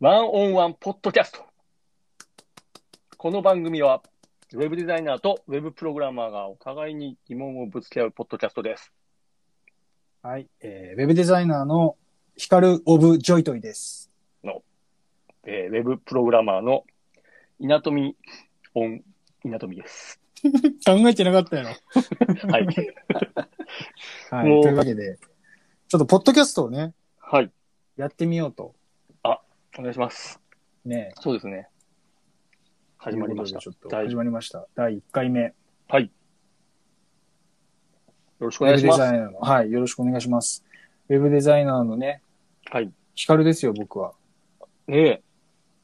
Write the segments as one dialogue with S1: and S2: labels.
S1: ワンオンワンポッドキャスト。この番組は、ウェブデザイナーとウェブプログラマーがお互いに疑問をぶつけ合うポッドキャストです。
S2: はい、えー、ウェブデザイナーのヒカル・オブ・ジョイトイです。
S1: えーウェブプログラマーの稲富オン稲富です。
S2: 考えてなかったやろ。
S1: はい。
S2: はい、
S1: もう
S2: というわけで、ちょっとポッドキャストをね、
S1: はい。
S2: やってみようと、
S1: お願いします。
S2: ね。
S1: そうですね。始まりました。
S2: と
S1: よ
S2: いうことでちょ
S1: 第
S2: っと始まりました。第1回目。
S1: ろしくお
S2: ウェ
S1: 願い
S2: ブ
S1: し
S2: デ
S1: ます。
S2: ザイナーの、はい、よろしくお願いします。ウェブデザイナーのね、
S1: はい。
S2: ヒカルですよ、僕は。
S1: ねえ。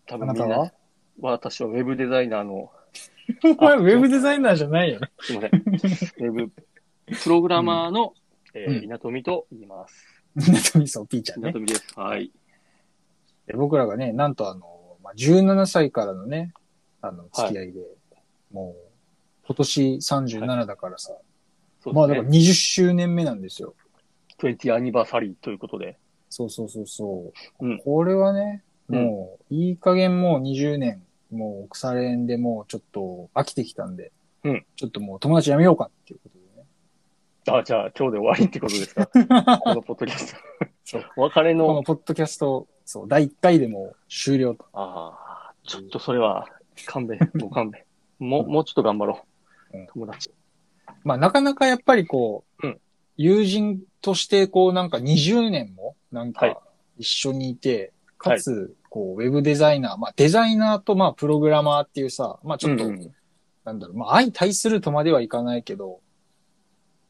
S1: 多
S2: あ
S1: 分
S2: な
S1: み
S2: た
S1: んな
S2: は、
S1: 私はウェブデザイナーの、
S2: お前、ウェブデザイナーじゃないよね。
S1: すいません。ウェブプログラマーの、えー
S2: うん
S1: 稲富と言います。
S2: なとみそう、ピー ちゃん
S1: 稲
S2: ね。
S1: 富です。はい。
S2: で僕らがね、なんとあの、まあ、17歳からのね、あの、付き合いで、もう、今年37だからさ、
S1: そう
S2: まあだ
S1: です
S2: から
S1: ね。
S2: 20周年目なんですよ。
S1: 20アニバーサリーということで。
S2: そうそうそうそう。
S1: うん
S2: これはね、
S1: うん
S2: もう、いい加減もう20年、もう腐れ縁でもうちょっと飽きてきたんで、
S1: うん
S2: ちょっともう友達やめようかっていうことでね。
S1: あ、じゃあ今日で終わりってことです かこのポッドキャスト。
S2: そう
S1: お別れ
S2: こ
S1: の
S2: の、ポッドキャスト、そう、第1回でもう終了と。
S1: ああ、ちょっとそれは勘弁、もう勘弁。もう、もうちょっと頑張ろう。
S2: うん
S1: 友達。
S2: まあなかなかやっぱりこう、
S1: うん
S2: 友人としてこうなんか20年もなん
S1: はい
S2: か一緒にいて、
S1: はい
S2: かつ、こう、ウェブデザイナー、まあ、デザイナーと、まあ、プログラマーっていうさ、まあ、ちょっと、
S1: うんうん
S2: なんだろう、まあ、相対するとまではいかないけど、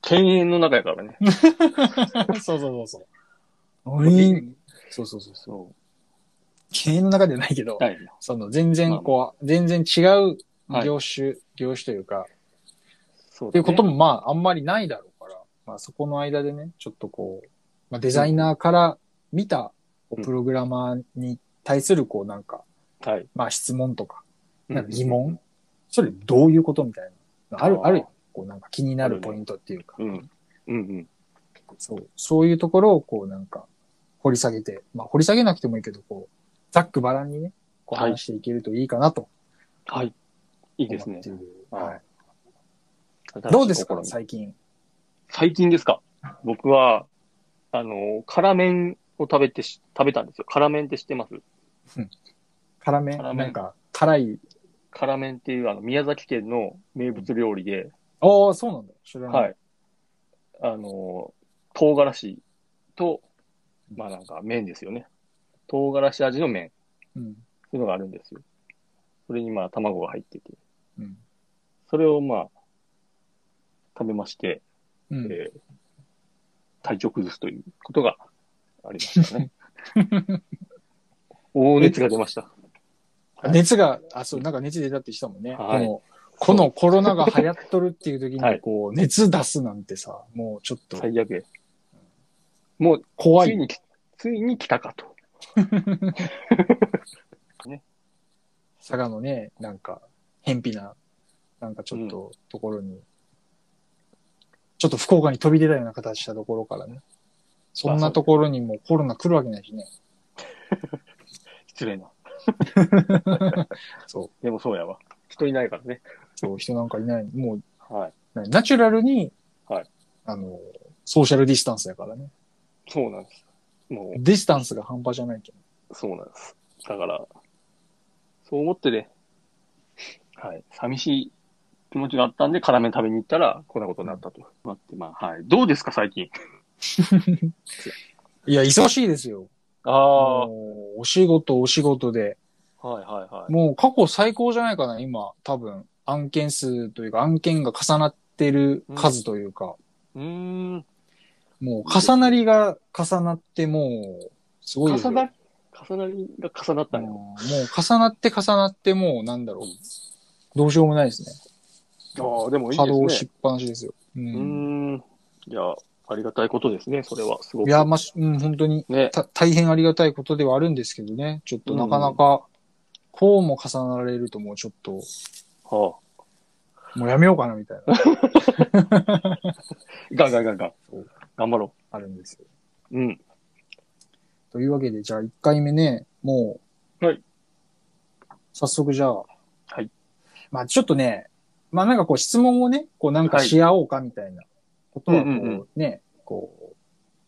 S1: 犬猿の中やからね。
S2: そうそうそうそう。そうそうそうそう。
S1: そ
S2: 経営の中ではないけど、
S1: う。はい。
S2: その全然こう、全然違う業種、業種というか、
S1: そう
S2: っていうこと
S1: も。
S2: もまああんまりないだろうから、まあそこの間でね、ちょっとこう、まあデザイナーから見たこ
S1: うん
S2: うプログラマーに対するこうなんか、
S1: はい。
S2: まあ質問とか、なんか疑
S1: うん
S2: 問、それどういうことみたいな。ある
S1: あ、ー
S2: あるよこうなんか気になるポイントっていうか。
S1: うん。うんうん。
S2: そう、そういうところをこうなんか掘り下げて、まあ掘り下げなくてもいいけど、こう、ざっくばらんにね、こう
S1: はい
S2: 話していけるといいかなと
S1: はい。いい
S2: 思
S1: で
S2: っ
S1: すね
S2: て。いる。
S1: はい
S2: はいどうですか
S1: 新しい試み
S2: 最近。
S1: 最近ですか僕は、あの、辛麺を食べてし、食べたんですよ。辛麺って知ってます
S2: 辛め
S1: 辛め
S2: なんか、辛い。
S1: 辛麺っていうあの宮崎県の名物料理で、
S2: ああ、そうなんだ。知らない。
S1: はい。あの、唐辛子と、まあなんか麺ですよね。唐辛子味の麺っ
S2: うん。
S1: ていうのがあるんですよ。それにまあ卵が入ってて、
S2: うん。
S1: それをまあ、食べまして、
S2: うん。
S1: えー体調崩すということがありました ね。大熱が出ました。はい
S2: 熱が、あ、そう、なんか熱出たってしたもんね。
S1: はい
S2: このこのコロナが流行っとるっていう時
S1: は
S2: に、
S1: い
S2: こう、熱出すなんてさ、もうちょっと
S1: 最悪やもう、
S2: 怖
S1: つい
S2: い。
S1: に、ついに来たかと。
S2: 佐賀のね、なんか、偏僻な、なんかちょっと、ところに、ちょっと福岡に飛び出たような形したところからね。そんなところにもうコロナ来るわけないしね。
S1: 失礼な。
S2: そう。
S1: でもそうやわ。人いないからね。
S2: そう、人なんかいない。もう、
S1: はい。
S2: ナチュラルに、
S1: はい
S2: あの、ソーシャルディスタンスやからね。
S1: そうなんです。も
S2: ディスタンスが半端じゃないけど。
S1: う、そうなんです。だから、そう思ってね、はい。寂しい気持ちがあったんで、辛め食べに行ったら、こんなことになったと。待って、まあ、はい。どうですか、最近。
S2: いや、忙しいですよ。
S1: あ
S2: もうお仕事、お仕事で。
S1: あ、はいはいはい。
S2: もう過去最高じゃないかな、今。多分、案件数というか、案件が重なってる数というか、
S1: うーん。
S2: もう重なりが重なって、もう、すごいです
S1: 重な
S2: よ。
S1: り、重なりが重なった
S2: うん
S1: や。
S2: もう重なって重なって、もうなんだろう。どうしようもないですね。
S1: ああ、でもいい
S2: 稼
S1: で
S2: 働
S1: す
S2: し
S1: ね。
S2: っぱなしですよ。うん
S1: うーん。いや、ありがたいことですね、それは。すごく。
S2: いや、まあ、しうん、本当に
S1: ね。
S2: た大変ありがたいことではあるんですけどね。ちょっとなかなか、こうも重なられるともうちょっと、
S1: はあ。
S2: もうやめようかなみたいな、
S1: ガンガンガンガン
S2: そう。
S1: 頑張ろ
S2: あるんですよ。
S1: う。うん。
S2: というわけで、じゃあ1回目ね、もう、
S1: はい。
S2: 早速じゃあ。
S1: はい。
S2: まあちょっとね、まあなんかこう質問をね、こうなんかし合おうかみたいなことはこう
S1: うん
S2: ね、
S1: うんう
S2: こう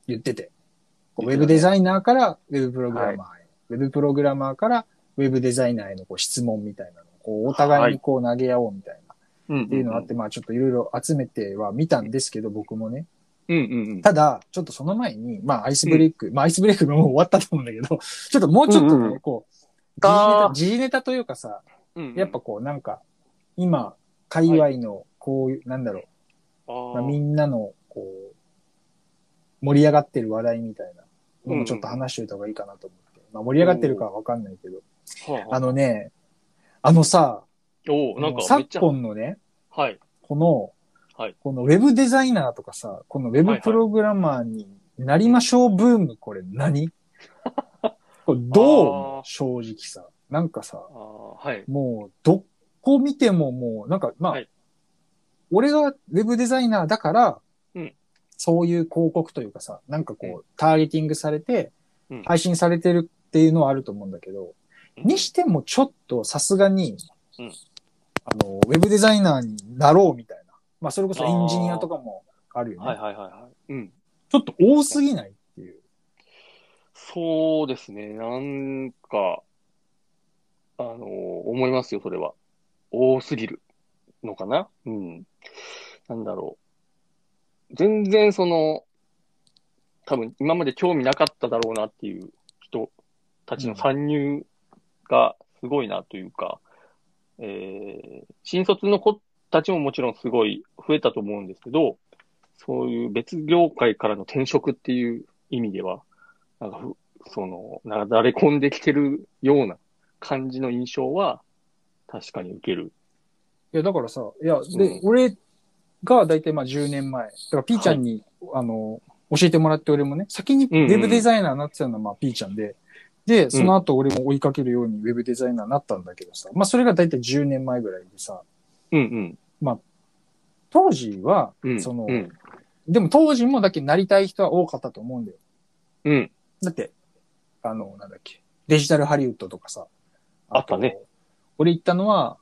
S2: 言ってて。こうウ
S1: 言
S2: ェ
S1: ってたね
S2: ブデザイナーからウェブプログラマーへ、ウェブプログラマーからウェブデザイナーへのこう質問みたいなのをこうお互いにこう投げ合おうみたいな、
S1: うん。
S2: っていうのがあって、まあちょっといろいろ集めては見たんですけど、僕もね。
S1: うんうんうん。
S2: ただ、ちょっとその前に、まあ、アイスブレイク、まあ、アイスブレイク ももう終わったと思うんだけど、ちょっともうちょっとね、
S1: うんうん
S2: こう、
S1: あ
S2: 時事ネタ
S1: ー
S2: 時事ネタというかさ、
S1: うんうん
S2: やっぱ、こう、なんか、今、界隈の、こういう、なんだろ
S1: あ
S2: う、
S1: ー
S2: まあ、みんなの、こう、盛り上がってる話題みたいなの
S1: うんう
S2: も
S1: ん
S2: ちょっと話しておいた方がいいかなと思って。まあ、盛り上がってるかはわかんないけど、
S1: はあ
S2: あのね、あのさ、
S1: おおなんかめっ
S2: 昨
S1: ちゃ、
S2: 今のね、
S1: はい。
S2: この、
S1: はい
S2: このウェブデザイナーとかさ、このウェブプログラマーになりましょうブーム、これ 何これどう思
S1: あー
S2: う正直さ。なんかさ
S1: あ、あ、はい。
S2: もう、どこ見てももう、なんか、まあ、
S1: はい
S2: 俺がウェブデザイナーだから、
S1: うん
S2: そういう広告というかさ、なんかこう、ターゲティングされて
S1: うん、
S2: 配信されてるっていうのはあると思うんだけど、にしてもちょっとさすがに、
S1: うん
S2: あの、ウェブデザイナーになろうみたいな。まあ、それこそ
S1: あー
S2: エンジニアとかもあるよね。
S1: はいはいはいはい。うん。
S2: ちょっと多すぎないっていう。
S1: そうですね。なんか、あの、思いますよ、それは。多すぎるのかなうん。なんだろう。全然その、多分今まで興味なかっただろうなっていう人たちの参入がすごいなというか、えー、新卒の子たちももちろんすごい増えたと思うんですけど、そういう別業界からの転職っていう意味では、なんかふ、その、なだれ込んできてるような感じの印象は、確かに受ける。
S2: いや、だからさ、いや、で、
S1: うん
S2: 俺がだいたいまあ10年前、だからピーちゃんに、あの、教えてもらって俺もね、先にウ
S1: うんうん
S2: ェブデザイナーになってたのはまあピーちゃんで、で、その後俺も追いかけるようにウェブデザイナーになったんだけどさ、まあそれがだいたい10年前ぐらいでさ、
S1: うん
S2: 当時は、
S1: うん。うん、
S2: その、
S1: うん。
S2: でも当時もだけなりたい人は多かったと思うんだよ。
S1: うん。
S2: だって、あの、なんだっけ、デジタルハリウッドとかさ。
S1: あったね
S2: と。俺行ったのは、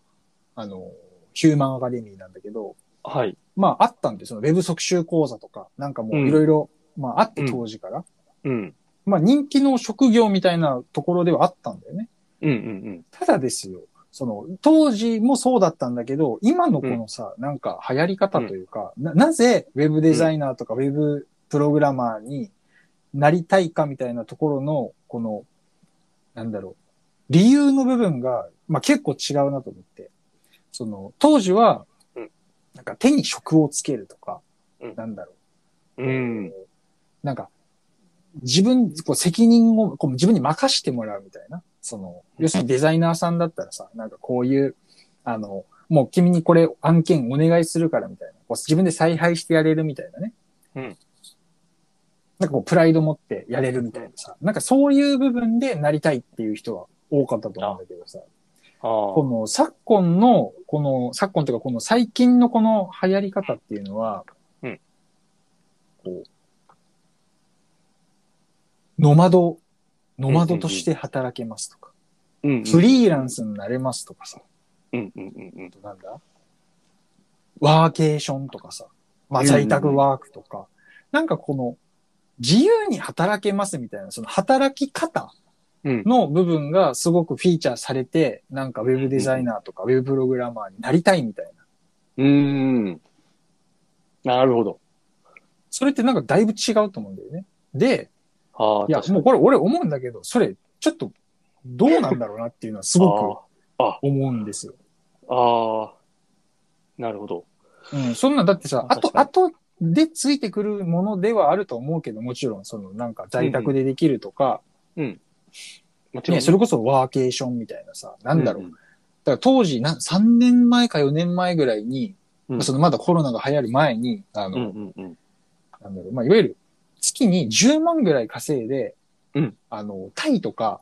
S2: あの、ヒューマンアカデミーなんだけど、
S1: はい。
S2: まああったんですよ。ウェブ即習講座とか、なんかも
S1: う
S2: うんいろいろ、まああって
S1: うん
S2: 当時から。
S1: うん。
S2: まあ人気の職業みたいなところではあったんだよね。
S1: うんうん
S2: ただですよ、その、当時もそうだったんだけど、今のこのさ、なんか流行り方というか、な、なぜウェブデザイナーとかウェブプログラマーになりたいかみたいなところの、この、なんだろう、理由の部分が、まあ、結構違うなと思って、その、当時は
S1: うん、
S2: なんか手に職をつけるとか、
S1: うん
S2: なんだろう、
S1: うん。うん。
S2: なんか、自分、こう責任をこう自分に任してもらうみたいな。その、要するにデザイナーさんだったらさ、なんかこういう、あの、もう君にこれ案件お願いするからみたいな。こう自分で采配してやれるみたいなね。
S1: うん。
S2: なんかこうプライド持ってやれるみたいなさ。なんかそういう部分でなりたいっていう人は多かったと思うんだけどさ。
S1: あ
S2: こ
S1: あ。
S2: の昨今の、この、昨今というかこの最近のこの流行り方っていうのは、
S1: うん
S2: こう、ノマド、ノマドとして働けますとか、
S1: うん。
S2: フリーランスになれますとかさ、
S1: うんうんうんうん。
S2: あとなんだワーケーションとかさ、まあ在宅ワークとか、なんかこの、自由に働けますみたいな、その働き方
S1: うん。
S2: の部分がすごくフィーチャーされて、なんかウェブデザイナーとかウェブプログラマーになりたいみたいな。
S1: うーん。なるほど。
S2: それってなんかだいぶ違うと思うんだよね。で、
S1: ああ、
S2: いや、
S1: 確か
S2: もう
S1: に。
S2: これ俺思うんだけど、それちょっとどうなんだろうなっていうのはすごく思うんですよ。
S1: ああああ。なるほど。
S2: うん、そんなんだってさ、
S1: まあ
S2: あと、あとでついてくるものではあると思うけど、もちろんそのなんか在宅でできるとか、
S1: もちろん。
S2: ね、それこそワーケーションみたいなさ、なんだろう。だから当時な、3年前か4年前ぐらいに、
S1: うん
S2: そのまだコロナが流行る前に、あ
S1: う
S2: の、
S1: んうんうん。
S2: なんだろう、まあ、いわゆる月に10万ぐらい稼いで、
S1: うん
S2: あの、タイとか、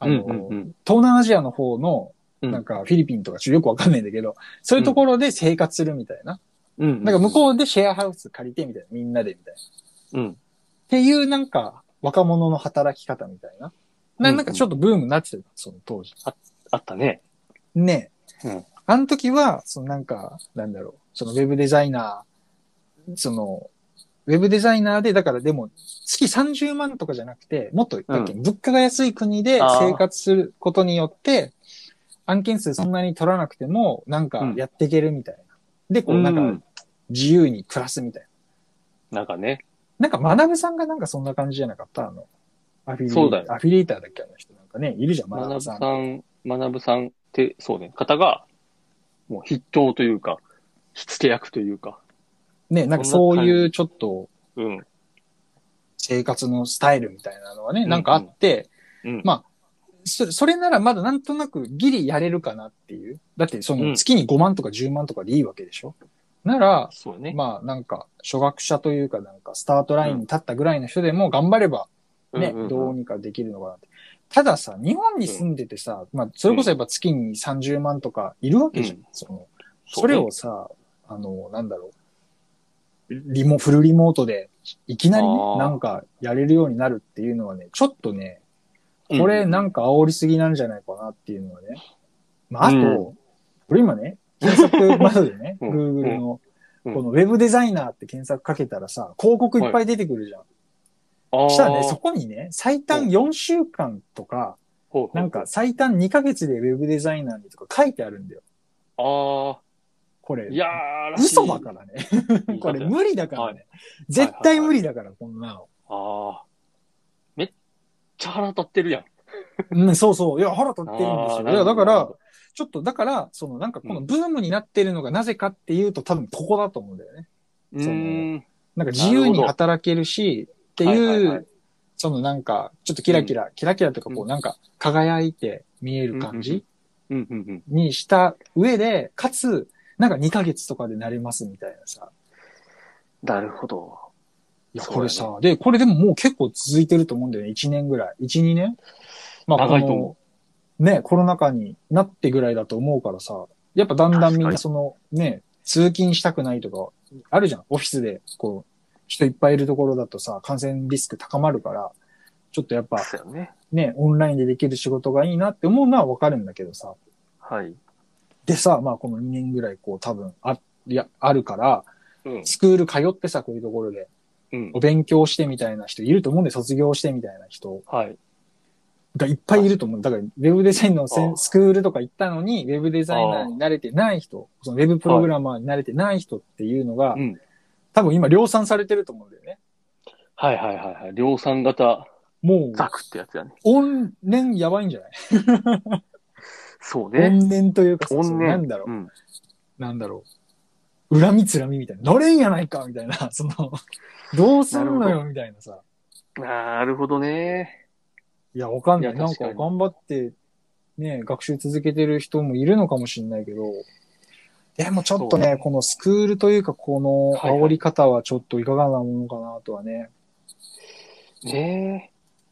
S2: あ
S1: うん
S2: の、
S1: うんうん。
S2: 東南アジアの方の、
S1: うん
S2: なんかフィリピンとかちょっとよくわかんないんだけど、そういうところで生活するみたいな。
S1: うん。
S2: なんか向こうでシェアハウス借りてみたいな、みんなでみたいな。っ
S1: うん。
S2: ていうなんか、若者の働き方みたいな。な
S1: うん
S2: なんかちょっとブームになってたよ、その当時。
S1: あったね。
S2: ねえ。
S1: うん
S2: あの時は、そのなんか、なんだろう、そのウェブデザイナー、その、ウェブデザイナーで、だからでも、月30万とかじゃなくて、もっと、だっけ、
S1: う
S2: 物価が安い国で
S1: あー
S2: 生活することによって、案件数そんなに取らなくても、なんかやっていけるみたいな。で、こう、な
S1: うんん
S2: か、自由に暮らすみたい
S1: なんかね。
S2: な。なんか、学ぶさんがなんかそんな感じじゃなかったあの、アフィリ
S1: そうだ
S2: エイ
S1: よ
S2: ター、アフィリエイターだっけあの人なんかね、いるじゃん、
S1: 学
S2: 学ぶ
S1: ぶ
S2: さん
S1: さ。ん、学ぶさんって、そうね、方が、もう筆頭というか、火付け役というか、
S2: ね、なんかそういうちょっと、
S1: うん。
S2: 生活のスタイルみたいなのはね、
S1: ん
S2: なんかあって、
S1: うん。
S2: まそそれならまだなんとなくギリやれるかなっていう。だってそうの
S1: ん
S2: 月に5万とか10万とかでいいわけでしょ、なら、
S1: そうね。
S2: まあなんか初学者というかなんかスタートラインに立ったぐらいの人でも頑張ればね、
S1: うんうんうん
S2: どうにかできるのかなって。たださ、日本に住んでてさ、まあそれこそやっぱ月に30万とかいるわけじゃん。
S1: うん
S2: その
S1: そうね
S2: それをさ、あの、なんだろう。リモ、フルリモートで、いきなり
S1: あ
S2: ね、
S1: ー
S2: なんかやれるようになるっていうのはね、ちょっとね、
S1: うん
S2: これなんか煽りすぎなんじゃないかなっていうのはね。まあ、あと、
S1: うん
S2: これ今ね、検索窓でね、
S1: うん
S2: Google の、
S1: うん
S2: このウェブデザイナーって検索かけたらさ、広告いっぱい出てくるじゃん。
S1: ああ
S2: したらね、そこにね、最短4週間とか、
S1: こ
S2: なんか、最短2ヶ月でウェブデザイナーにとか書いてあるんだよ。
S1: あ
S2: これ
S1: あ、い。やー、らしい
S2: 嘘だからね。これ
S1: 言い方
S2: 無理だからね。
S1: は
S2: 絶対無理だから、こんなの。
S1: ああ。めっちゃ腹立ってるやん。
S2: うん、そうそう。いや、腹立ってるんです
S1: あー
S2: よ。
S1: ないるほど
S2: や、だから、ちょっと、だから、そのなんかこのブームになってるのがなぜかっていうと、多分ここだと思うんだよね。
S1: う
S2: そ
S1: ーん
S2: の。なんか自由
S1: なる
S2: に
S1: ほど
S2: 働けるし、っていう、
S1: はいはいはい
S2: そのなんか、ちょっとキラキラ、キラキラとかこう、
S1: うん
S2: なんか輝いて見える感じ、
S1: うんうんうん。
S2: にした上で、かつ、なんか2ヶ月とかでなれますみたいなさ。
S1: なるほど。
S2: いや、
S1: そうだね
S2: これさ、で、これでももう結構続いてると思うんだよね。1年ぐらい。1、2年まあ、
S1: 長いと
S2: こ
S1: 思
S2: の、ね、コロナ禍になってぐらいだと思うからさ、やっぱだんだんみ
S1: 確
S2: ん
S1: か
S2: な
S1: に
S2: その、ね、通勤したくないとか、あるじゃん。オフィスで、こう、人いっぱいいるところだとさ、感染リスク高まるから、ちょっとやっぱ
S1: そうよね。
S2: ね、オンラインでできる仕事がいいなって思うのはわかるんだけどさ、
S1: はい。
S2: でさ、まあこの2年ぐらいこう多分あ、いや、あるから、
S1: うん。
S2: スクール通ってさ、こういうところで、
S1: うん
S2: お。勉強してみたいな人いると思うんで、卒業してみたいな人
S1: はい。
S2: がいっぱいいると思う。だから、ウェブデザインのせ
S1: あ
S2: ん
S1: あ
S2: スクールとか行ったのに、ウェブデザイナーに慣れてない人、そのウェブプログラマーに慣れてない人っていうのが、
S1: うん。
S2: 多分今量産されてると思うんだよね。
S1: はいはいはいはい。量産型
S2: もう、
S1: ザクってやつやね。
S2: 怨念やばいんじゃない
S1: そうね。
S2: 怨念というかさ、そ
S1: 怨
S2: の
S1: 念。
S2: なんだろう
S1: う、ん。
S2: なんだろう、恨みつらみみたいな、乗れんやないかみたいな、その、どうすんの
S1: なる
S2: よみたいなさ。
S1: なるほどね。
S2: いや、わかんない。
S1: いや
S2: なん
S1: 確
S2: か
S1: かに
S2: 頑張って、ね、学習続けてる人もいるのかもしれないけど、でもちょっと
S1: そう
S2: ね、このスクールというか、この
S1: はいはい
S2: 煽り方はちょっといかがなものかなとはね。
S1: ね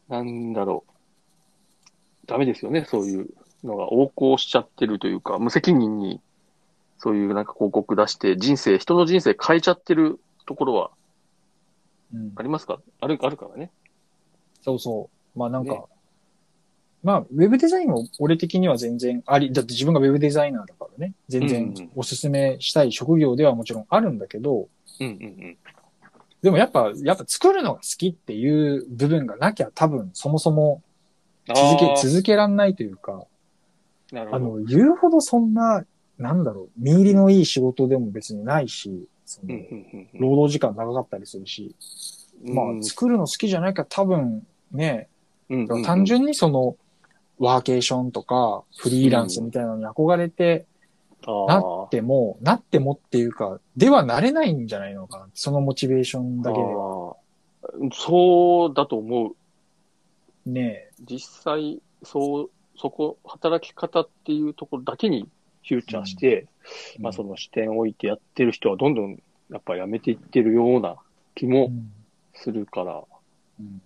S1: え。なんだろう。ダメですよね。そういうのが横行しちゃってるというか、無責任に、そういうなんか広告出して、人生、人の人生変えちゃってるところは
S2: うん
S1: あ、りますかある、あるからね。
S2: そうそう。まあなんか、
S1: ね
S2: まあ、ウェブデザインも俺的には全然あり、だって自分がウェブデザイナーだからね、全
S1: う
S2: 然
S1: んうん
S2: おすすめしたい職業ではもちろんあるんだけど、
S1: うんうん
S2: でもやっぱ、やっぱ作るのが好きっていう部分がなきゃ多分そもそも
S1: うん。
S2: 続
S1: あ
S2: け、
S1: ー
S2: 続けらんないというか、
S1: なる
S2: あ
S1: ほど。
S2: の、言うほどそんな、なんだろう、身入りのいい仕事でも別にないし、そ
S1: うん
S2: の
S1: うんうん
S2: 労働時間長かったりするし、
S1: うん
S2: まあ作るの好きじゃないから多分ね、
S1: うんうんうん
S2: 単純にその、ワーケーションとかフリーランスみたいなのに憧れてな
S1: あー
S2: っても、なってもっていうか、ではなれないんじゃないのかな。そのモチベーションだけでは。
S1: あーそうだと思う。
S2: ね
S1: 実際、そう、そこ、働き方っていうところだけにフューチャーして、
S2: うん
S1: まあその視点を置いてやってる人はどんどんやっぱやめていってるような気も
S2: うん
S1: するから。
S2: うん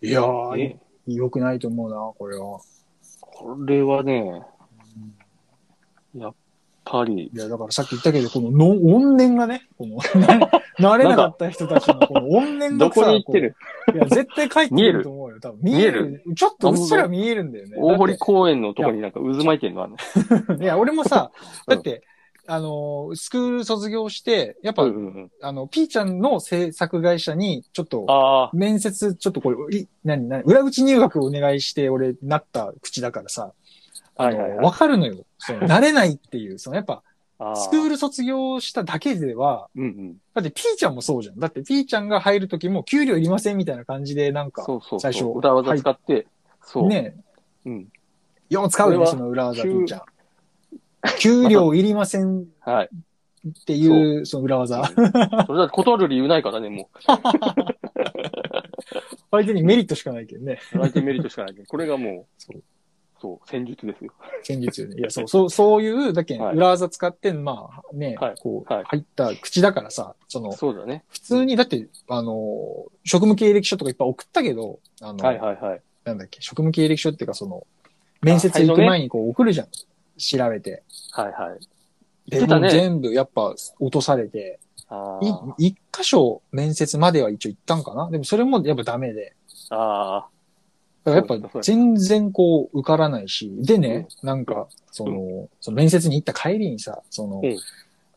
S2: いやー
S1: ね、
S2: 良くないと思うな、これは。
S1: これはね、やっぱり。
S2: いや、だからさっき言ったけど、このの怨念がね、この、 な慣れなかった人たちのこの怨念
S1: ど
S2: がさ
S1: こに行ってる
S2: こういや、絶対帰ってくると思うよ。多分見える。ちょっとうっすら見えるんだよね。
S1: 大堀公園のとこになんか渦巻いてるのあるの。
S2: だっていや、俺もさ、
S1: うん
S2: だって、あのー、スクール卒業して、やっぱ、
S1: うんうんうん。
S2: あの、ピーちゃんの制作会社に、ちょっと、
S1: ああ、
S2: 面接、ちょっとこれ、い、なになに、裏口入学お願いして、俺、なった口だからさ、あ
S1: はい
S2: の、
S1: はい
S2: わ、
S1: はい
S2: かるのよ。その、慣れないっていう、その、やっぱ、
S1: ああ。
S2: スクール卒業しただけでは、
S1: うんうん。
S2: だって、ピーちゃんもそうじゃん。だって、ピーちゃんが入るときも、給料いりませんみたいな感じで、なんか、
S1: そうそうそう。
S2: 最初
S1: 裏技使って、そう。
S2: ね、
S1: うん。
S2: よう使うよね、
S1: そ
S2: そ
S1: れは
S2: の裏技、ピ
S1: 給
S2: ーちゃん。給料いりません
S1: はい。
S2: っていう、その裏技。
S1: それだって断る理由ないからね、も
S2: 相手にメリットしかないけどね。
S1: う。相手メリットしかないけど、これがも
S2: そう
S1: う、そう、戦術ですよ。
S2: 先日よね。いや、そう、そう、そういう、だけん、
S1: はい
S2: 裏技使って、まあね、
S1: はい
S2: こう、
S1: はい
S2: 入った口だからさ、その、
S1: そうだね。
S2: 普通に、だって、あの、職務経歴書とかいっぱい送ったけど、あの、
S1: はいはいはい。
S2: なんだっけ、職務経歴書っていうか、その、面接行く前にこう送るじゃん。調べて。
S1: はいはい。言っ
S2: で、
S1: てた
S2: も
S1: ね
S2: う全部やっぱ落とされて、
S1: あ
S2: い一箇所面接までは一応行ったんかなでもそれもやっぱダメで。
S1: あ。ああ。
S2: だから
S1: そう
S2: やっ
S1: だそ
S2: ぱ
S1: うだ
S2: 全然こう受からないし、でね、なんか、その、その面接に行った帰りにさ、その、
S1: うん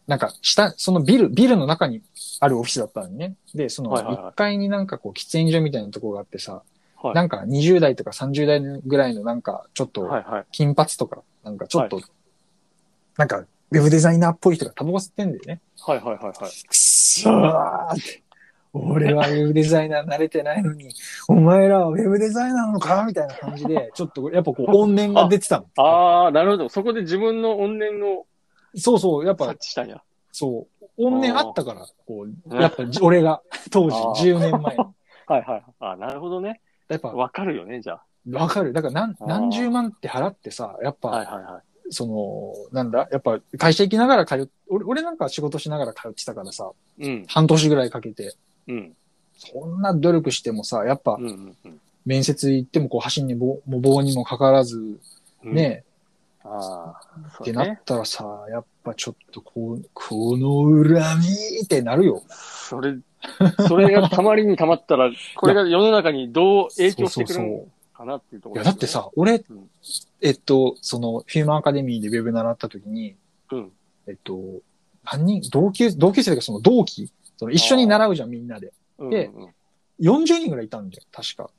S2: なんか下、そのビル、ビルの中にあるオフィスだったのにね。で、その
S1: はいはいはい
S2: 1階になんかこう喫煙所みたいなところがあってさ、
S1: はい
S2: なんか20代とか30代ぐらいのなんかちょっと
S1: はいはい。
S2: 金髪とか、なんかちょっと、なんかウェブデザイナーっぽい人がタバコ吸ってんだよね。
S1: はいはいはいはい。
S2: くっそーって。俺はウェブデザイナー慣れてないのに、お前らはウェブデザイナーなのかみたいな感じで、ちょっとやっぱこう、怨念が出てたの。
S1: ああ、なるほど。そこで自分の怨念を
S2: そうそう、やっぱ
S1: 察、知したんや。
S2: そう、怨念あったから、こう、
S1: ね
S2: やっぱ、俺が、当時
S1: あー、
S2: 10年前に。
S1: はいはい。ああ、なるほどね。
S2: やっぱ、
S1: わかるよね、じゃ
S2: わかる。だから何、
S1: あー
S2: 何十万って払ってさ、やっ
S1: あ。
S2: ぱ、
S1: はいはいはい。
S2: その、なんだ、やっぱ、会社行きながら通っ俺、俺なんか仕事しながら通ってたからさ、
S1: うん、
S2: 半年ぐらいかけて、
S1: うん、
S2: そんな努力してもさ、やっぱ
S1: う、んうん、うん
S2: 面接行ってもこう、箸にも棒も棒にもかからず、
S1: うん。
S2: ね、
S1: ああ、そ
S2: っ
S1: う
S2: て
S1: ね
S2: なったらさ、やっぱちょっとこう、この恨みってなるよ。
S1: それ、それがたまりにたまった ら、これが世の中にどう影響してくる
S2: そうそう
S1: のかなっていうと
S2: そう
S1: ころ
S2: いや、
S1: です
S2: だ
S1: よね、
S2: ってさ、俺
S1: うん、
S2: えっと、その、ヒューマンアカデミーでウェブ習った時に、
S1: うん
S2: えっと、何人、同級、同級生というかその同期、その一緒に習うじゃん、みんなで。
S1: うんうん
S2: で40人ぐらいいたんだよ、確か。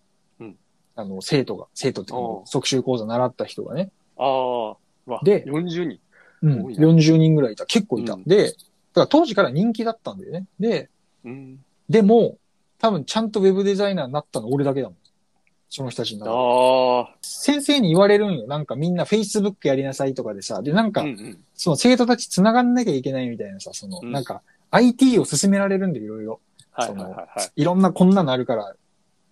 S1: うん
S2: あの、生徒が、生徒っていうか
S1: おう
S2: 即習講座習った人がね。
S1: ああ、わ、
S2: で
S1: 40人。
S2: うん、
S1: 多いな
S2: 40人ぐらいいた。結構いた。
S1: うん
S2: で、だから当時から人気だったんだよね。で、
S1: うん。
S2: でも、多分ちゃんとウェブデザイナーになったの俺だけだもん。その人たちの
S1: あ
S2: 中で。
S1: あ、
S2: 先生に言われるんよ。なんかみんな Facebook やりなさいとかでさ。で、なん
S1: う
S2: か
S1: ん、うん。
S2: その生徒たち繋がんなきゃいけないみたいなさ、その、
S1: うん
S2: なんか IT を勧められるんでいろいろ。
S1: はい
S2: そ
S1: はいは
S2: の
S1: いはい。
S2: いろんなこんなのあるから、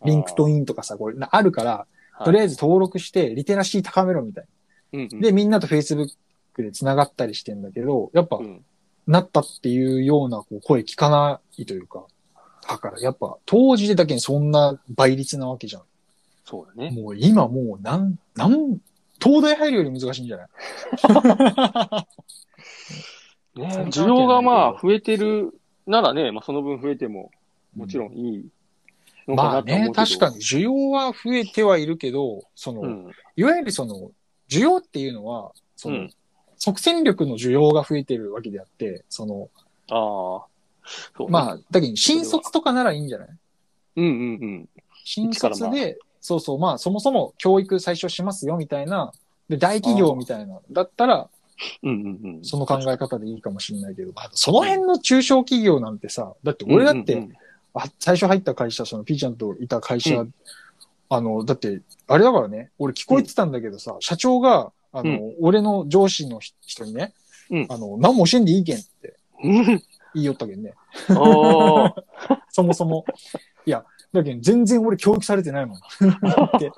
S2: リンクト
S1: イ
S2: インとかさ、これなあるから、
S1: ン
S2: とりあ
S1: え
S2: えず登録してリテラシー高めろみたい
S1: ず、うんう
S2: な。
S1: ん
S2: で、みんなと Facebook で繋がったりしてんだけど、やっぱ、
S1: うん
S2: なったっていうようなこう声聞かないというか。だからやっぱ当時でだけにそんな倍率なわけじゃん。
S1: そうだね。
S2: もう今もうなん、なん、東大入るより難しいんじゃない
S1: ね
S2: そんなわけないけど
S1: 需要がまあ増えてるならね、まあその分増えても、もちろんいいのか
S2: ま
S1: な
S2: あ
S1: と思うけど。
S2: ね、確かに。需要は増えてはいるけど、その、
S1: うん。
S2: いわゆるその、需要っていうのは、その、
S1: うん
S2: 即戦力の需要が増えてるわけであって、その、
S1: ああ、そう、ね。
S2: ま
S1: あ、
S2: あ、だけど新卒とかならいいんじゃない
S1: うんうんうん。
S2: 新
S1: 一か
S2: 卒
S1: らま
S2: で、そうそう、まあ、そもそも教育最初しますよ、みたいな、で、大企業みたいな、だったら、
S1: うんうんうん。
S2: その考え方でいいかもしれないけど、まあ、その辺の中小企業なんてさ、だって俺だって、
S1: うんうんうん
S2: あ最初入った会社、そのピーちゃんといた会社、
S1: う
S2: あの、だって、あれだからね、俺聞こえてたんだけどさ、社長が、あの、
S1: う
S2: 俺の上司のひ人にね、
S1: うん
S2: あの、何も教えんでいいけんって
S1: うん
S2: 言いよったけんね。
S1: おー
S2: そも そも。いや、だけど全然俺教育されてないもん。って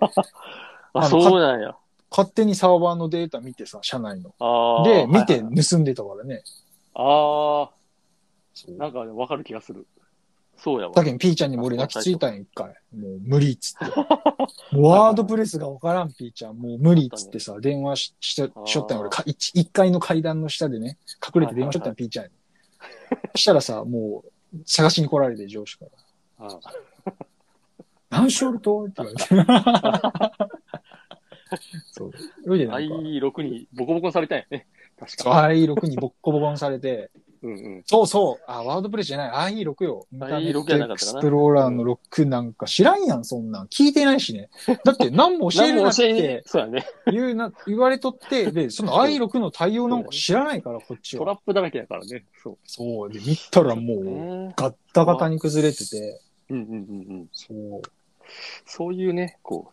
S1: あ、そうなんや。
S2: 勝手にサーバーのデータ見てさ、社内の。
S1: ああ。
S2: で、見
S1: は
S2: て
S1: いはい
S2: 盗んでたからね。
S1: あ
S2: そう
S1: あ、なんかねわかる気がする。そうやわ
S2: だ。けど、ピーちゃんにも俺泣きついたんや、一回。もう無理っつって。ワードプレスがわからん、ピーちゃん。もう無理っつってさ、電話ししとしょったんよ俺か一、一階の階段の下でね、隠れて電話しとったんよ、ピーちゃんに。そしたらさ、もう、探しに来られて、上司から。
S1: あ
S2: 何しよるとって言わ れて。そう。それでなんか、
S1: I6 にボコボコにされたんやね。確
S2: そう
S1: か。
S2: I6 にボッコボコにされて、
S1: うんうん。
S2: そうそう、あ、ワードプレスじゃない、I6 よ。インターネ
S1: IE6
S2: ッ
S1: じゃなか
S2: トエ
S1: っ
S2: ク
S1: たか
S2: ス
S1: な
S2: プローラーの6なんか知らんやん、そんなん。聞いてないしね。だって何も教
S1: 何
S2: えるな
S1: も
S2: っ
S1: 教え
S2: て、
S1: そうやね。
S2: 言うな、言われとって、で、その I6 の対応なんか知らないから、こっち
S1: トラ
S2: は。
S1: ップだらけやからね。そ
S2: そう。で、見たらも
S1: う。
S2: う、
S1: ね
S2: ガッタガタに崩れてて、
S1: うんうんうんうん。
S2: そう。
S1: そういうね、こ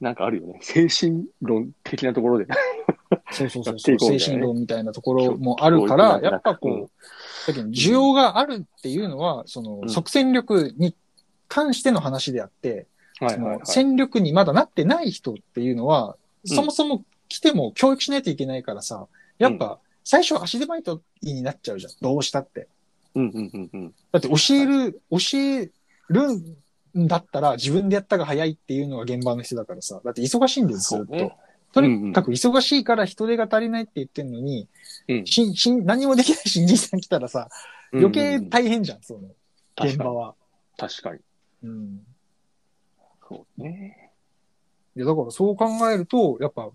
S1: う、なんかあるよね。精神論的なところで。
S2: そうそうそ
S1: や
S2: う
S1: って
S2: そう、
S1: いこうみたい
S2: 精
S1: なね
S2: 神論みたいなところもあるから、
S1: 教育
S2: やっぱこう、だけど需要があるっていうのは、その
S1: うん
S2: 即戦力に関しての話であって、
S1: はい
S2: そ
S1: はい、はい
S2: の。戦力にまだなってない人っていうのは、そもそも来ても教育しないといけないからさ、やっぱ最初足手まといになっちゃうじゃん。どうしたって。
S1: うんうんうんうん。
S2: だって教える、教えるんだったら自分でやったが早いっていうのが現場の人だからさ、だって忙しいんです
S1: そ
S2: よ、
S1: う
S2: ずっと
S1: ね。。
S2: とにかく忙しいから人手が足りないって言ってんのに、
S1: うん
S2: しんしん何もできない新人さん来たらさ、余計大変じゃん、その、現場
S1: は。
S2: は。
S1: 確かに。
S2: うん。
S1: そうね。
S2: いや、だからそう考えると、やっぱ、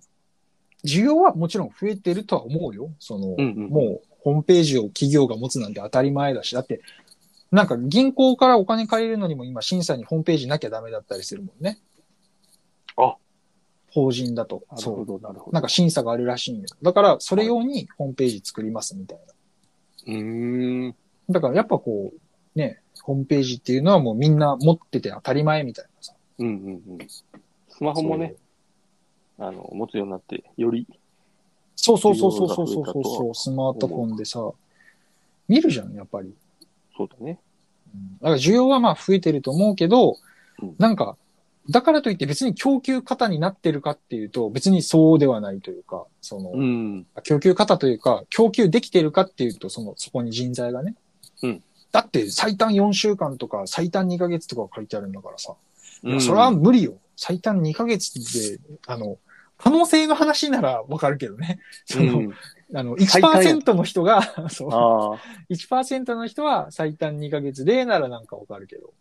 S2: 需要はもちろん増えてるとは思うよ。その、
S1: うんうん
S2: もう、ホームページを企業が持つなんて当たり前だし、だって、なんか銀行からお金借りるのにも今審査にホームページなきゃダメだったりするもんね。
S1: あ
S2: 法人だと。
S1: なる
S2: そう
S1: ほ。ど、なるほど。
S2: なんか審査があるらしいんよ。だから、それ用にホームページ作りますみたいな。
S1: うーん。
S2: だから、やっぱこう、ね、ホームページっていうのはもうみんな持ってて当たり前みたいなさ。
S1: うんうんうん。スマホもね、あの、持つようになって、より、
S2: そう。そうそうそうそうそうそう
S1: 需要が増えたと
S2: そう、スマートフォンでさ、見るじゃん、やっぱり。
S1: そうだね。
S2: うんだから需要はまあ増えてると思うけど
S1: うん、
S2: なんか、だからといって別に供給型になってるかっていうと、別にそうではないというか、その、
S1: うん。
S2: 供給方というか、供給できてるかっていうと、その、そこに人材がね。
S1: うん
S2: だって、最短4週間とか、最短2ヶ月とか書いてあるんだからさ。いやそれは無理よ。最短2ヶ月で、あの、可能性の話ならわかるけどね。その、
S1: うん
S2: あの、
S1: 最短や
S2: 1%の人が、そう、
S1: ああ、
S2: 1%の人は最短2ヶ月でならなんかわかるけど。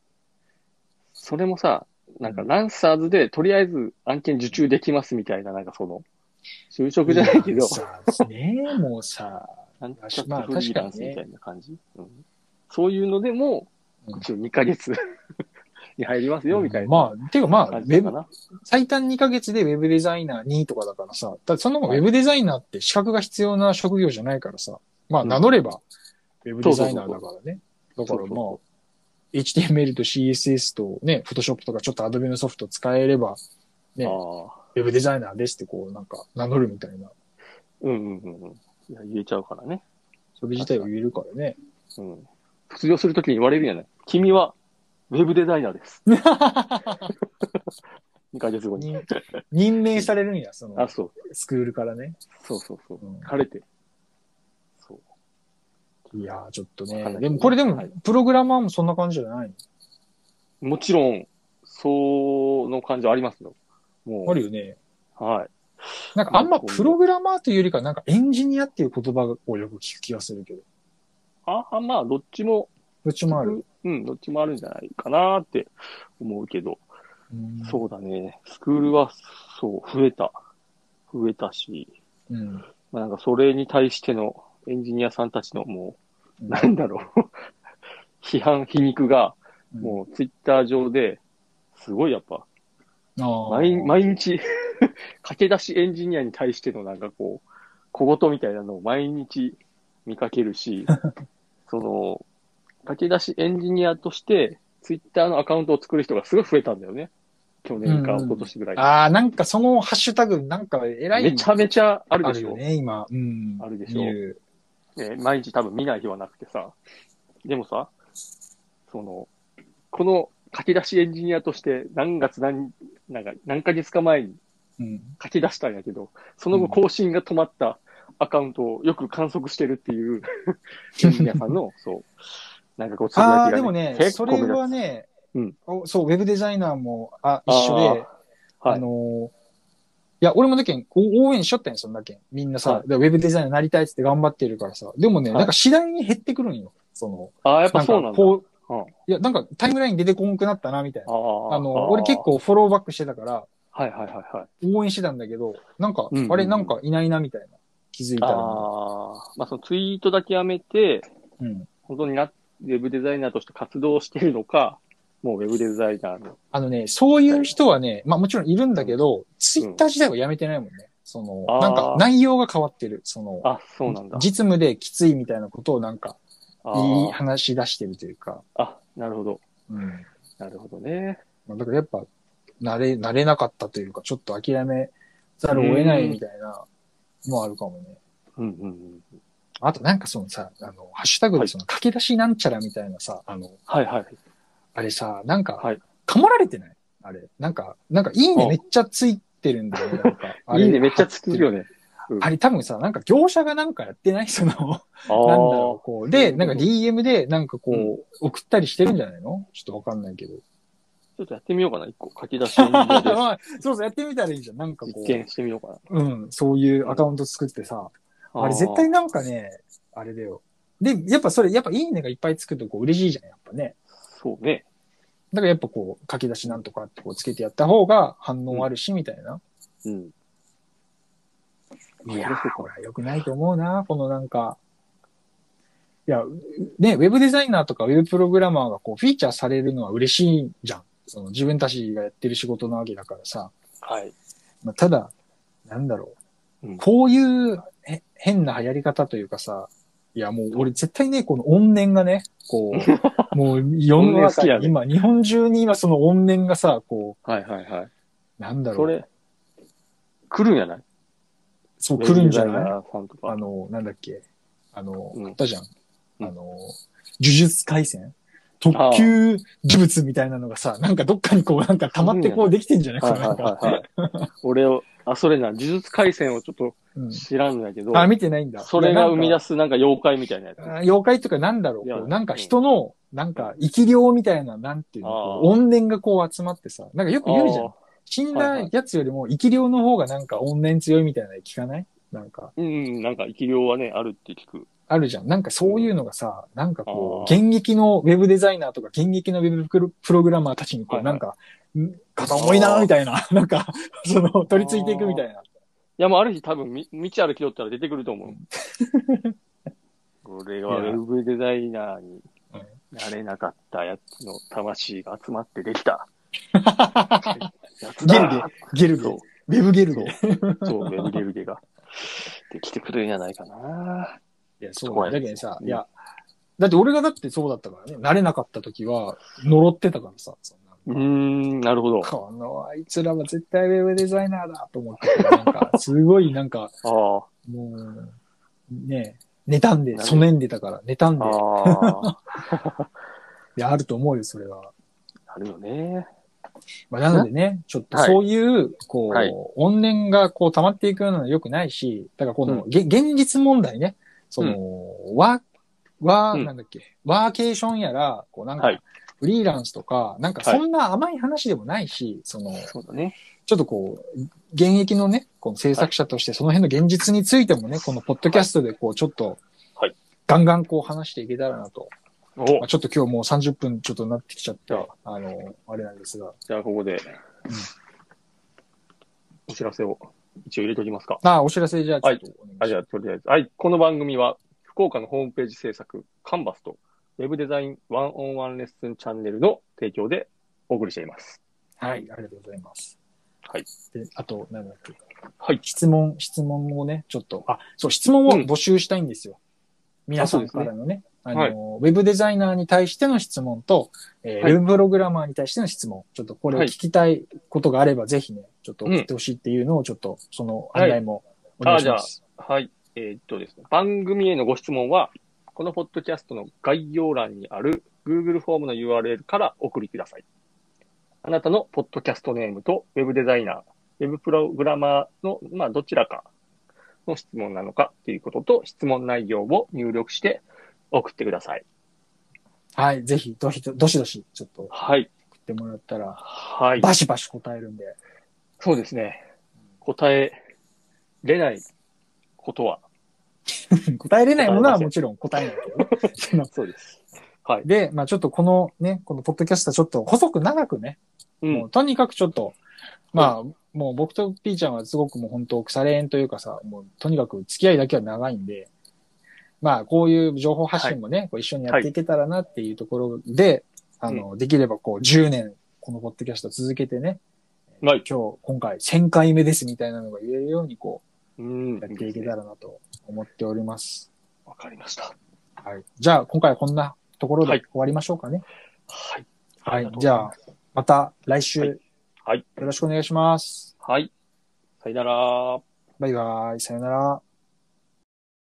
S1: それもさ、なんか、ランサーズで、とりあえず案件受注できますみたいな、なんかその、就職じゃないけ
S2: いや
S1: ど、
S2: さねもうさ、
S1: なんか
S2: まあ
S1: フリーランスみたいな感じ、うん、そういうのでも
S2: う、ん
S1: 一応2ヶ月 に入りますよ、みたいな
S2: まあ、ていうかまあ、ウ
S1: 感
S2: ェ
S1: じか
S2: ブ、
S1: な。
S2: 最短2ヶ月でウェブデザイナー2とかだからさ、だってそんなもんウェブデザイナーって資格が必要な職業じゃないからさ、まあ
S1: うん
S2: 名乗ればウェブデザイナーだからね。だか
S1: そう
S2: ら
S1: そう
S2: まあ
S1: そ、
S2: HTML と CSS とね、Photoshop とかちょっと Adobe のソフト使えれば、
S1: う
S2: ね、
S1: ああ、
S2: ウェブデザイナーですってこうなんか名乗るみたいな、
S1: うんうんうんうん。いや、言えちゃうからね。
S2: それ自体を言えるからね。
S1: うん。卒業するときに言われるじゃない君は、ウェブデザイナー です。2ヶ月後に。
S2: に任命されるんや、その
S1: あ、、そう。
S2: スクールからね。
S1: そうそうそう
S2: うん。
S1: 晴れて。そう。
S2: いやー、ちょっと
S1: わかん
S2: ね。
S1: ない
S2: でも、これでも
S1: はい、
S2: プログラマーもそんな感じじゃない
S1: もちろん、その感じはありますよ。もう。
S2: あるよね。
S1: はい。
S2: なんか、あんまプログラマーというよりか、なんかエンジニアっていう言葉をよく聞く気がするけど。
S1: ああ、まあ、どっちも、
S2: どっちもある。
S1: うん、どっちもあるんじゃないかなって思うけど、
S2: うん
S1: そうだね。スクールは、そう、増えた。増えたし、
S2: うん。
S1: まあ、なんかそれに対してのエンジニアさんたちのもう、
S2: うん
S1: なんだろう、 批判、皮肉が、もうツイッター上で、すごいやっぱ、
S2: うん、ああ
S1: 毎毎日、 駆け出しエンジニアに対してのなんかこう、小言みたいなのを毎日見かける し、その、駆け出しエンジニアとして、ツイッターのアカウントを作る人がすごい増えたんだよね。去年か
S2: うん
S1: 一昨年ぐらい。
S2: あー、なんかそのハッシュタグ、なんか偉い。
S1: めちゃめちゃあ
S2: あ
S1: るでし
S2: よ
S1: ょ。
S2: ね、今。うん。
S1: あるでしょ
S2: 見る
S1: えー毎日多分見ない日はなくてさ、でもさ、その、この書き出しエンジニアとして何月何、なんか何ヶ月か前に
S2: うん。
S1: 書き出したんやけど、その後更新が止まったアカウントをよく観測してるって いうエンジニアさんの、そう、なんかこう、つぶや
S2: ああ、
S1: き
S2: で
S1: が
S2: もね、
S1: 結
S2: そ
S1: 構目
S2: れ
S1: 立つ
S2: はね、
S1: うん
S2: おそう、ウェブデザイナーもあ一緒で、あ,、
S1: あーはい
S2: のーいや、俺もだけん、お応援しちゃったんよ、そんだけん。みんなさ、
S1: はい
S2: でウェブデザイナーなりたいっつって頑張ってるからさ。でもね、
S1: はい
S2: なんか次第に減ってくるんよ。その、
S1: ああ、やっぱそうなん
S2: か
S1: だ。
S2: こう、
S1: うん
S2: いや、なんかタイムライン出てこんくなったな、みたいな。
S1: あ
S2: あの、俺結。構フォローバックしてたから、
S1: はいはいはいはい。
S2: 応援してたんだけど、なんか、
S1: うんうんうん
S2: あれ、なんかいないな、みたいな。気づいた
S1: あ
S2: ら
S1: あ
S2: ね、
S1: まあそのツイートだけやめて、
S2: うん。
S1: 本当にな、ウェブデザイナーとして活動してるのか、もうウェブデザイナーの。
S2: あのね、そういう人はね、まあもちろんいるんだけど、ツイッター自体はやめてないもんね。その、
S1: あー
S2: なんか内容が変わってる。その、
S1: あ、そうなんだ。
S2: 実務できついみたいなことをなんか、
S1: あ
S2: いい
S1: ー
S2: 話し出してるというか、
S1: あ、なるほど。
S2: うん。
S1: なるほどね。
S2: まあだからやっぱ、慣れ、慣れなかったというか、ちょっと諦めざるを得ないみたいなもあるかもね。
S1: うんうんうん。
S2: あとなんかそのさ、あの、ハッシュタグでその駆け出しなんちゃらみたいなさ、あの、
S1: はいはい。
S2: あれさ、なんか、
S1: はい
S2: かまられてないあれ。なんか、なんかいいね
S1: あ
S2: めっちゃついてるんだよね。なんかあれ
S1: いいね、めっちゃつくよね。
S2: あれ多分さ、なんか業者がなんかやってな いその、なんだ
S1: あ
S2: ろう、こう。
S1: そうい
S2: で、
S1: うこと
S2: なんか DM で、なんかこう、
S1: うん
S2: 送ったりしてるんじゃないのちょっとわかんない けど。
S1: ちょっとやってみようかな、一個。書き出しので
S2: まあそうそう、やってみたらいいじゃん。なんかこ
S1: 実
S2: う
S1: 験、してみようか
S2: うん、そういうアカウント作ってさ、
S1: な。
S2: あれ絶対なんかね、あれだよ。で、やっぱそれ、やっぱいいねがいっぱいつくとこう嬉しいじゃん、やっぱね。
S1: そうね。
S2: だからやっぱこう、書き出しなんとかってこうつけてやった方が反応あるし、みたいな。
S1: うん。
S2: いや
S1: 面白
S2: ー、
S1: そう
S2: これは良くないと思うな、このなんか。いや、ね、ウェブデザイナーとかウェブプログラマーがこう、フィーチャーされるのは嬉しいじゃん。その自分たちがやってる仕事なわけだからさ。
S1: かはい。
S2: まあ、ただ、なんだろう。
S1: うん
S2: こういうへ変な流行り方というかさ、いやもう俺絶対ね、この怨念がね、こ う、もう世の
S1: 怨念好
S2: 中
S1: きや
S2: に
S1: ね
S2: 今、日本中に今その怨念がさ、こ
S1: はいはいはい。
S2: う、なんだろ。
S1: そうれ、来るんやない
S2: そう来るんじゃ
S1: ウェブデザイ
S2: ない
S1: ナーさんと
S2: あ
S1: か。
S2: の、なんだっけ、あの、
S1: うん
S2: あったじゃん。
S1: うん
S2: あの、呪術回戦特級呪物みたいなのがさ、なんかどっかにこう、なんか溜まってこうできてんじゃない
S1: は
S2: か
S1: いはい
S2: なんか。
S1: はいはい。俺を、あ、それな、呪術回戦をちょっと
S2: うん
S1: 知らんんだけど、
S2: あ、見てないんだ。
S1: それが生み出
S2: す。
S1: すなんか妖怪みたいなやつ。
S2: あ妖怪とかなんだろう
S1: いや
S2: こうなんか人の、なんか生き量みたいな、なんていうの、こう
S1: あ
S2: 怨念がこう集まってさ、なんかよく言うじゃ
S1: あ
S2: ん。死
S1: は
S2: ん
S1: いは
S2: だ
S1: い
S2: やつよりも生き量の方がなんか怨念強いみたいなの聞かないなんか、
S1: ー。うんうん、なんか生き量はね、あるって聞く。
S2: あるじゃん。なんかそういうのがさ、なんかこう、
S1: あー
S2: 現役のウェブデザイナーとか、現役のウェブプロプログラマーたちにこう、
S1: はいはい
S2: なんか、ん肩重いなーみたいな、 なんか、その、取り付いていくみたいな。
S1: いや、もうある日多分み、道歩きよったら出てくると思う。これはウ
S2: いや
S1: ェブデザイナーに
S2: うん
S1: なれなかったやつの魂が集まってできた。やつ
S2: ゲル
S1: だ
S2: ゲ、ゲルゲ、
S1: そう
S2: ウェブゲルゲ。
S1: そう、ウェブゲルゲが。できてくるんじゃないかな。
S2: いや、そう
S1: 怖
S2: だ
S1: い
S2: だけどさ、
S1: うん
S2: いや、だって俺がだってそうだったからね、慣れなかった時は、呪ってたからさ、そんな
S1: うーん、なるほど。
S2: このあいつらは絶対ウェブデザイナーだと思ってて、な んか、すごいなんか、
S1: あ
S2: もう、ね妬んで、そねんでたから、妬ん
S1: あ、
S2: で、
S1: ああ、
S2: いや、あると思うよ、それは。
S1: あるよね。
S2: まあ、なのでね、ちょっと
S1: はい
S2: そういう、こう、
S1: はい
S2: 怨念がこう溜まっていくのは良くないし、だからこの、げ現実問題ね、その、ワー、ワー、
S1: うん
S2: なんだっけ、ワーケーションやら、こうなんか、
S1: はい
S2: フリーランスとか、なんか
S1: は
S2: そ
S1: い
S2: んな甘い話でもないし、その、
S1: そうだね。
S2: ちょっとこう、現役のね、この制作者としてその辺の現実についてもね、このポッドキャストでこう、ちょっと、
S1: はい
S2: ガンガンこう話していけたらなと。
S1: お
S2: まあ、ちょっと今日もう30分ちょっとなってきちゃって、
S1: じゃ
S2: あの、あれなんですが。
S1: じゃあ、ここで、お知らせを一応入れておきますか。
S2: あ、お知らせじゃあちょっとお願いします。
S1: あ、じゃあ、とりあえず。はい。この番組は、福岡のホームページ制作、カンバスと、ウェブデザインワンオンワンレッスンチャンネルの提供でお送りしています。
S2: はい、ありがとうございます。
S1: はい。
S2: で、あと、なんだっけ。
S1: はい。
S2: 質問、質問をね、ちょっと、あ、そう、質問を募集したいんですよ。皆さんからのね、あの、
S1: はい
S2: ウェブデザイナーに対しての質問と、えー
S1: はい
S2: ウェブプログラマーに対しての質問、ちょっとこれを聞きたいことがあれば、ぜひね、ちょっと送ってほしいっていうのを、ちょっと、その案内もお願いします。
S1: はい。えーっとですね、番組へのご質問は、このポッドキャストの概要欄にある Google フォームの URL からお送りください。あなたのポッドキャストネームとウェブデザイナー、ウェブプログラマーの、まあ、どちらかの質問なのかということと、質問内容を入力して送ってください。
S2: はい、ぜひ、どしどどしどし、ちょっと、
S1: はい。
S2: ってもらったら、
S1: はい。
S2: バシバシ答えるんで。
S1: そうですね。答えれないことは、
S2: 答えれないものはもちろん答えないけどね、そ の
S1: そうです。はい。
S2: で、まあちょっとこのね、このポッドキャストはちょっと細く長くね、
S1: う
S2: も
S1: ん
S2: う。とにかくちょっと、まあ、もう僕と P ちゃんはすごくもう本当腐れ縁というかさ、もうとにかく付き合いだけは長いんで、まあこういう情報発信もね、こう一緒にやっていけたらなっていうところで、あの、できればこう10年このポッドキャスト続けてね、
S1: はい。
S2: 今日、今回1000回目ですみたいなのが言えるようにこ
S1: うん
S2: う、やっていけたらなと思っております。
S1: わかりました。
S2: はい。じゃあ今回はこんなところ
S1: は
S2: で
S1: い
S2: 終わりましょうかね。
S1: はい。
S2: は
S1: り
S2: い。
S1: がとうご
S2: じ
S1: ざい
S2: ゃあ
S1: ます、
S2: また来週、
S1: はいはい。
S2: よろしくお願いします。
S1: はい。さよなら。
S2: バイバイ。さよなら。